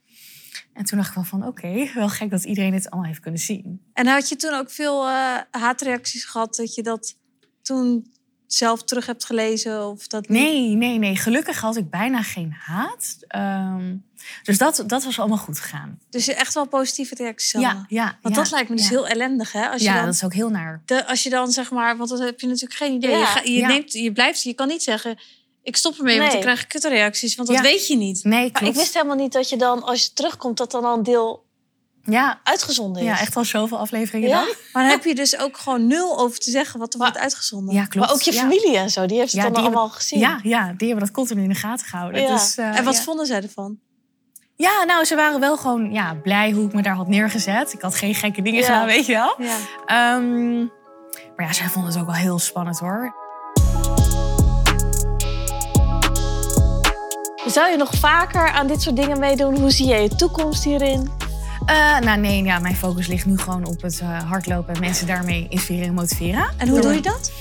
En toen dacht ik wel van, oké, wel gek dat iedereen dit allemaal heeft kunnen zien.
En had je toen ook veel eh, haatreacties gehad dat je dat toen zelf terug hebt gelezen? Of dat niet?
Nee, nee, nee. Gelukkig had ik bijna geen haat. Ehm, dus dat, dat was allemaal goed gegaan.
Dus je echt wel positieve reacties
Ja,
allemaal.
ja.
Want
ja,
dat lijkt me dus
ja.
heel ellendig, hè? Als je,
Ja,
dan,
dat is ook heel naar.
de- als je dan zeg maar, want dat heb je natuurlijk geen idee.
Ja,
Je, ga- je,
ja.
neemt, je blijft, je kan niet zeggen, ik stop ermee, want
Nee.
dan krijg ik kutreacties. Want dat
Ja.
weet je niet.
Nee, klopt.
Maar ik wist helemaal niet dat je dan, als je terugkomt, dat dan al een deel
ja,
uitgezonden is.
ja, echt al zoveel afleveringen
Ja?
dan.
Maar dan heb je dus ook gewoon nul over te zeggen wat er wordt uitgezonden.
Ja, klopt.
Maar ook je
Ja.
familie en zo, die heeft het
Ja,
dan
die
allemaal gezien.
Ja, ja, die hebben dat continu in de gaten gehouden.
Ja.
Dus, eh,
en wat
ja.
vonden zij ervan?
Ja, nou, ze waren wel gewoon ja, blij hoe ik me daar had neergezet. Ik had geen gekke dingen
Ja.
gedaan, weet je wel.
Ja.
Ehm, maar ja, zij vonden het ook wel heel spannend hoor.
Zou je nog vaker aan dit soort dingen meedoen? Hoe zie jij je toekomst hierin?
Eh, nou nee, ja, mijn focus ligt nu gewoon op het eh, hardlopen en mensen daarmee inspireren en motiveren.
En hoe
Door-
doe je dat?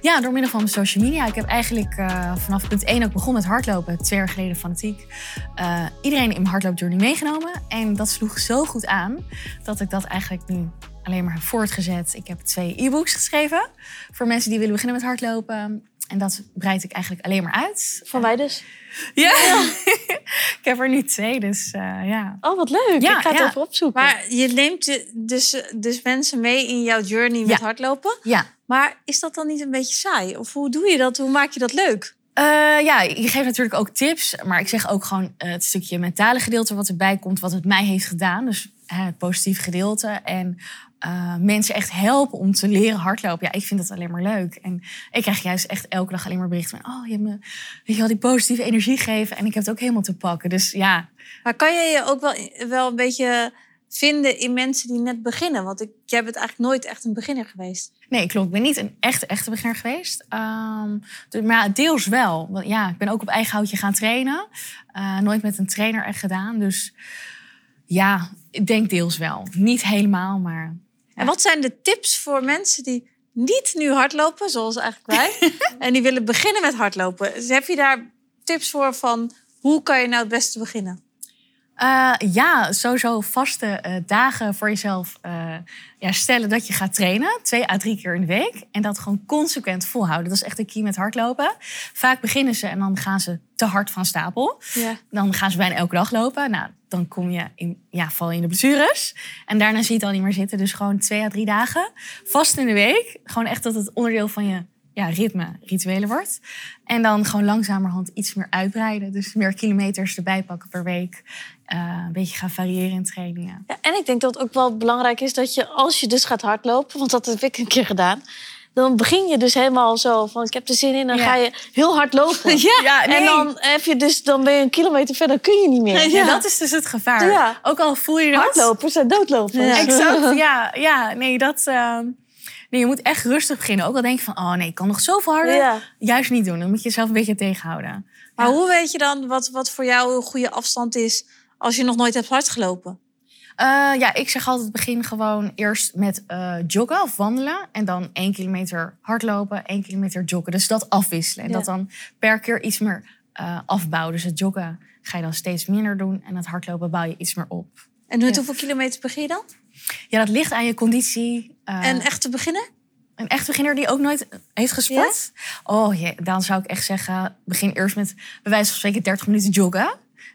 Ja, door middel van mijn social media. Ik heb eigenlijk eh, vanaf punt 1 ook begonnen met hardlopen. Twee jaar geleden fanatiek. Eh, iedereen in mijn hardloopjourney meegenomen. En dat sloeg zo goed aan dat ik dat eigenlijk nu alleen maar heb voortgezet. Ik heb twee e-books geschreven voor mensen die willen beginnen met hardlopen. En dat breid ik eigenlijk alleen maar uit.
Van wij dus.
Ja! ik heb er nu twee, dus eh, ja.
Oh, wat leuk.
Ja,
ik ga het
ja.
even opzoeken.
Maar je neemt je- dus, dus mensen mee in jouw journey met
Ja.
hardlopen.
Ja,
Maar is dat dan niet een beetje saai? Of hoe doe je dat? Hoe maak je dat leuk?
Eh, ja, je geeft natuurlijk ook tips. Maar ik zeg ook gewoon eh, het stukje mentale gedeelte wat erbij komt. Wat het mij heeft gedaan. Dus hè, het positieve gedeelte. En eh, mensen echt helpen om te leren hardlopen. Ja, ik vind dat alleen maar leuk. En ik krijg juist echt elke dag alleen maar berichten van... Oh, je hebt me weet je wel, die positieve energie gegeven. En ik heb het ook helemaal te pakken. Dus ja,
Maar kan je je ook wel, wel een beetje vinden in mensen die net beginnen? Want ik, jij bent eigenlijk nooit echt een beginner geweest.
Nee, klopt. Ik ben niet een echte, echte beginner geweest. Ehm, dus, maar ja, deels wel. Want ja, ik ben ook op eigen houtje gaan trainen. Eh, nooit met een trainer echt gedaan. Dus ja, ik denk deels wel. Niet helemaal, maar...
En wat zijn de tips voor mensen die niet nu hardlopen, zoals eigenlijk wij, en die willen beginnen met hardlopen? Dus heb je daar tips voor van hoe kan je nou het beste beginnen?
Eh, ja, sowieso vaste eh, dagen voor jezelf eh, ja, stellen dat je gaat trainen. Twee à drie keer in de week. En dat gewoon consequent volhouden. Dat is echt de key met hardlopen. Vaak beginnen ze en dan gaan ze te hard van stapel.
Ja.
Dan gaan ze bijna elke dag lopen. Nou, dan kom je in, ja, val je in de blessures. En daarna zie je het al niet meer zitten. Dus gewoon twee à drie dagen. Vast in de week. Gewoon echt dat het onderdeel van je ja, ritme, rituelen wordt. En dan gewoon langzamerhand iets meer uitbreiden. Dus meer kilometers erbij pakken per week. Eh, een beetje gaan variëren in trainingen.
Ja, en ik denk dat het ook wel belangrijk is dat je, als je dus gaat hardlopen, want dat heb ik een keer gedaan, dan begin je dus helemaal zo van ik heb er zin in, dan
Ja.
ga je heel hard lopen.
ja
En dan, heb je dus, dan ben je een kilometer verder, dan kun je niet meer.
Ja, dat is dus het gevaar.
Ja.
Ook al voel je dat.
Hardlopers zijn doodlopers.
Ja.
Exact, ja. Ja, nee, dat... ehm, nee, je moet echt rustig beginnen. Ook al denk je van, oh nee, ik kan nog zoveel harder.
Ja.
Juist niet doen. Dan moet je jezelf een beetje tegenhouden.
Maar hoe weet je dan wat, wat voor jou een goede afstand is als je nog nooit hebt hardgelopen?
Eh, ja, ik zeg altijd begin gewoon eerst met eh, joggen of wandelen. En dan één kilometer hardlopen, één kilometer joggen. Dus dat afwisselen. En
Ja.
dat dan per keer iets meer eh, afbouwen. Dus het joggen ga je dan steeds minder doen. En het hardlopen bouw je iets meer op.
En met
Ja.
hoeveel kilometer begin je dan?
Ja, dat ligt aan je conditie. eh,
En echt te beginnen?
Een echt beginner die ook nooit heeft gesport? Oh jee, dan zou ik echt zeggen: begin eerst met bij wijze van spreken 30 minuten joggen.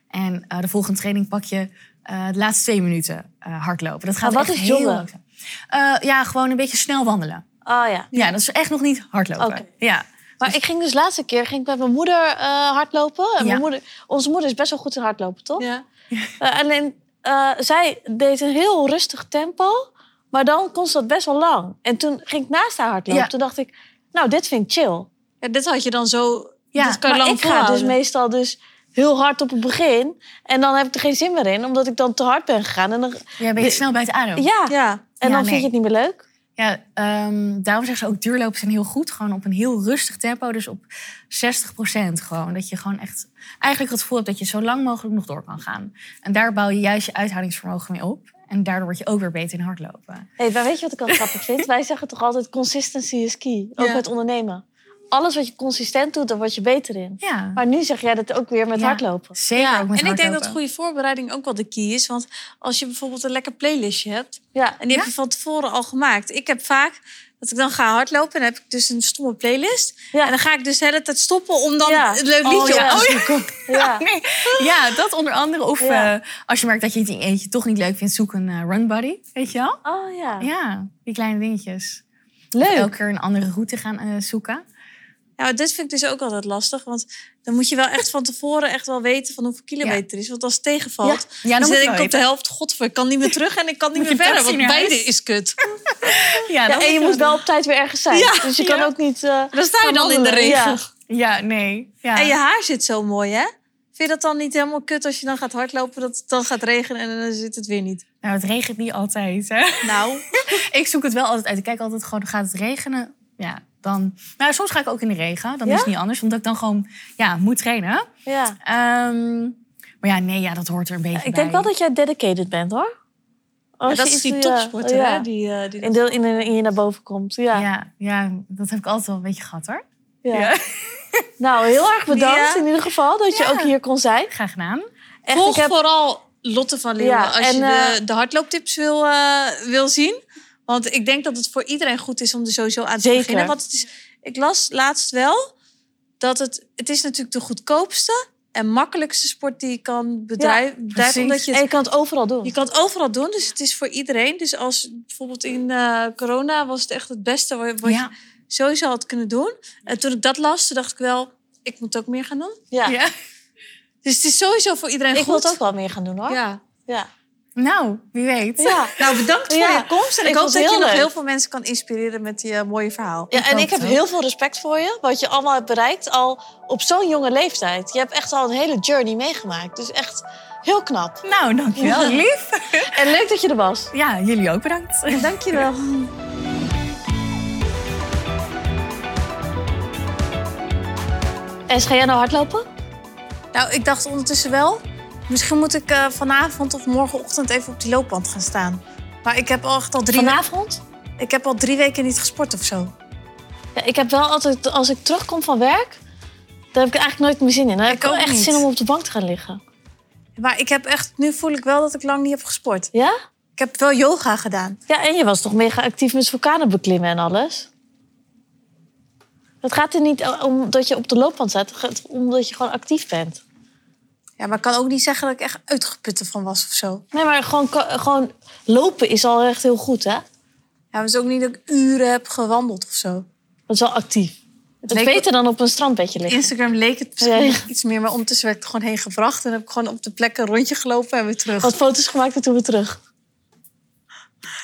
En eh, de volgende training pak je eh, de laatste twee minuten eh, hardlopen. Dat gaat
Maar Oh, wat
echt
is
heel
joggen?
langzaam. Eh, ja, gewoon een beetje snel wandelen.
Oh ja.
Ja, dat is echt nog niet hardlopen.
Oké.
Ja.
Maar ik ging dus laatste keer ging ik met mijn moeder eh, hardlopen. En
Ja.
mijn moeder, onze moeder is best wel goed in hardlopen, toch?
Ja.
Eh, alleen eh, zij deed een heel rustig tempo, maar dan kon ze dat best wel lang. En toen ging ik naast haar hardlopen.
Ja.
Toen dacht ik, nou, dit vind ik chill.
Ja, dit had je dan zo...
Ja,
dit kan je
maar
lang
ik ga dus
volhouden.
meestal dus heel hard op het begin. En dan heb ik er geen zin meer in, omdat ik dan te hard ben gegaan. En dan,
Ja, ben je snel bij het adem.
ja.
Ja.
en
Ja,
dan
nee.
vind je het niet meer leuk.
Ja, ehm, daarom zeggen ze ook duurlopen zijn heel goed. Gewoon op een heel rustig tempo. Dus op 60% gewoon. Dat je gewoon echt eigenlijk het gevoel hebt dat je zo lang mogelijk nog door kan gaan. En daar bouw je juist je uithoudingsvermogen mee op. En daardoor word je ook weer beter in hardlopen.
Hey, maar weet je wat ik altijd grappig vind? Wij zeggen toch altijd, consistency is key. Ook
Ja.
met ondernemen. Alles wat je consistent doet, daar word je beter in.
Ja,
Maar nu zeg jij dat ook weer met
Ja.
hardlopen.
zeker ook met
en ik denk dat
hardlopen.
goede voorbereiding ook wel de key is. Want als je bijvoorbeeld een lekker playlistje hebt...
Ja.
en die heb je van tevoren al gemaakt. Ik heb vaak dat ik dan ga hardlopen... en dan heb ik dus een stomme playlist.
Ja.
En dan ga ik dus de hele tijd stoppen om dan
Ja.
een leuk
Oh,
liedje
ja.
op te
Oh,
zoeken.
ja.
Nee. Ja, dat onder andere. Of
Ja.
eh, als je merkt dat je het in je eentje toch niet leuk vindt, zoek een eh, run buddy. Weet je wel?
Oh ja.
Ja, die kleine dingetjes.
Leuk.
Elke keer een andere route gaan eh, zoeken.
Oh, Ja, maar dit vind ik dus ook altijd lastig. Want dan moet je wel echt van tevoren echt wel weten van hoeveel kilometer het is. Want als het tegenvalt,
Ja, dan
dan,
moet
zit
je wel
ik op de
weten.
helft. Godver, ik kan niet meer terug en ik kan niet
Moet je
meer verder.
taxi
Want
naar
beide
huis?
is kut.
Ja,
Ja,
dat
en je
moet
moest wel op tijd weer ergens zijn.
Ja,
dus je kan
ja.
ook niet... eh,
Dan sta je
gaan
dan in de
wandelen.
regen.
Ja.
Ja, nee. Ja.
En je haar zit zo mooi, hè? Vind je dat dan niet helemaal kut als je dan gaat hardlopen, dat het dan gaat regenen en dan zit het weer niet?
Nou, het regent niet altijd. Hè?
Nou,
Ik zoek het wel altijd uit. Ik kijk altijd gewoon, gaat het regenen? Ja, dan... Nou, soms ga ik ook in de regen. Dan
Ja?
is het niet anders, omdat ik dan gewoon ja, moet trainen.
Ja.
Ehm, maar ja, nee, ja, dat hoort er een beetje
Ik
bij.
denk wel dat jij dedicated bent, hoor. Als
dat
je
is
iets-
die
ja,
topsporter,
ja.
hè? Die, eh, die
In, de, in, in je naar boven komt, ja.
Ja. Ja, dat heb ik altijd wel een beetje gehad, hoor.
Ja.
Ja.
Nou, heel erg bedankt
Ja.
in ieder geval dat je
Ja.
ook hier kon zijn.
Graag gedaan.
Echt,
Volg
ik heb...
vooral Lotte van Leeuwen
Ja,
als
en,
je de,
eh,
de hardlooptips wil, eh, wil zien. Want ik denk dat het voor iedereen goed is om er sowieso aan te
Zeker.
beginnen. Want het is, ik las laatst wel dat het, het is natuurlijk de goedkoopste en makkelijkste sport die je kan bedrijven.
precies.
omdat je,
En
het,
je kan het overal doen.
je kan het overal doen, dus het is voor iedereen. Dus als bijvoorbeeld in eh, corona was het echt het beste wat, wat
Ja.
je sowieso had kunnen doen. En toen ik dat las, toen dacht ik wel, ik moet ook meer gaan doen.
Ja.
Ja.
Dus het is sowieso voor iedereen
Ik wil
goed.
het ook wel meer gaan doen, hoor.
Ja.
ja.
Nou, wie weet.
ja.
Nou, bedankt voor
Ja,
je komst. En ik,
ik
hoop dat
vond het
je
heel
nog
leuk.
heel veel mensen kan inspireren met die eh, mooie verhaal.
Ja, en
hoop
ik heb
het ook.
heel veel respect voor je, wat je allemaal hebt bereikt al op zo'n jonge leeftijd. Je hebt echt al een hele journey meegemaakt. Dus echt heel knap.
Nou, dankjewel. Lief.
En leuk dat je er was.
Ja, jullie ook bedankt.
Dankjewel. En ga jij nou hardlopen?
Nou, ik dacht ondertussen wel, misschien moet ik eh, vanavond of morgenochtend even op die loopband gaan staan. Maar ik heb al echt al drie,
Vanavond?
ik heb al drie weken niet gesport of zo.
Ja, ik heb wel altijd, als ik terugkom van werk, daar heb ik eigenlijk nooit meer zin in. Dan heb
Ik
ik wel
ook
echt
niet.
zin om op de bank te gaan liggen.
Maar ik heb echt, nu voel ik wel dat ik lang niet heb gesport.
Ja?
Ik heb wel yoga gedaan.
Ja, en je was toch mega actief met vulkanen beklimmen en alles? Het gaat er niet om dat je op de loopband staat, het gaat om dat je gewoon actief bent.
Ja, maar ik kan ook niet zeggen dat ik echt uitgeput ervan was of zo.
Nee, maar gewoon, gewoon lopen is al echt heel goed, hè?
Ja, maar het is ook niet dat ik uren heb gewandeld of zo.
Dat is wel actief. Het is
leek-
beter dan op een strandbedje liggen.
Instagram leek het misschien
Ja, ja.
nog iets meer, maar ondertussen werd ik er gewoon heen gebracht. En heb ik gewoon op de plek een rondje gelopen en weer terug.
Wat foto's gemaakt en toen weer terug.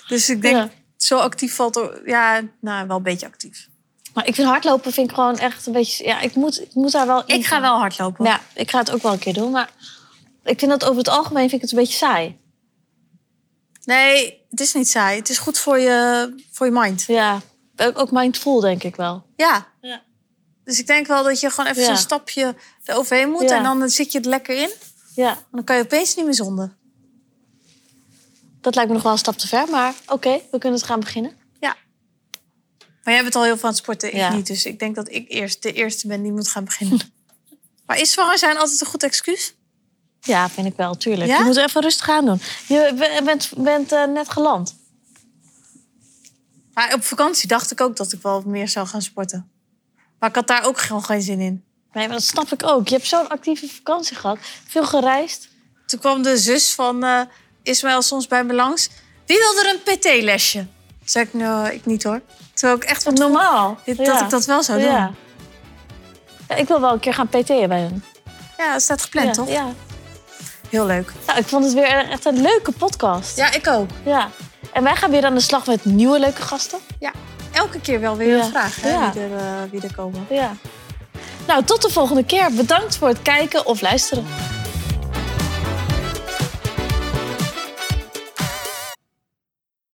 Dus ik denk,
Ja.
zo actief valt er... Ja, nou, wel een beetje actief.
Maar ik vind hardlopen vind ik gewoon echt een beetje... Ja, ik moet, ik moet daar wel in
Ik ga
gaan.
wel hardlopen.
Ja, ik ga het ook wel een keer doen. Maar ik vind dat over het algemeen vind ik het een beetje saai.
Nee, het is niet saai. Het is goed voor je, voor je mind.
Ja, ook ook mindful denk ik wel.
Ja.
Ja.
Dus ik denk wel dat je gewoon even
Ja.
zo'n stapje eroverheen moet.
Ja.
En dan zit je er lekker in.
Ja,
En dan kan je opeens niet meer zonder.
dat lijkt me nog wel een stap te ver. Maar oké, we kunnen het gaan beginnen.
Maar jij bent al heel van het sporten, ik
Ja.
niet. Dus ik denk dat ik eerst de eerste ben die moet gaan beginnen. maar is zwanger zijn altijd een goed excuus?
Ja, vind ik wel, tuurlijk.
Ja?
Je moet even rustig aan doen. Je b- bent, bent eh, net geland.
Maar op vakantie dacht ik ook dat ik wel meer zou gaan sporten. Maar ik had daar ook gewoon geen zin in.
Nee, maar dat snap ik ook. Je hebt zo'n actieve vakantie gehad. Veel gereisd.
Toen kwam de zus van eh, Ismaël soms bij me langs. Wie wil er een PT-lesje? Zei ik, nou, ik niet hoor. Terwijl ik echt van normaal
Normaal.
dat ik dat wel zou doen.
Ja.
Ja,
Ja, ik wil wel een keer gaan PT'en bij hun.
het staat gepland,
ja,
toch?
Ja.
Heel leuk.
Nou, ik vond het weer echt een leuke podcast.
Ja, ik ook.
Ja. En wij gaan weer aan de slag met nieuwe leuke gasten.
Elke keer wel weer
Ja.
een vraag hè,
Ja.
wie, er, eh, wie er komen.
Ja. Nou, tot de volgende keer. Bedankt voor het kijken of luisteren.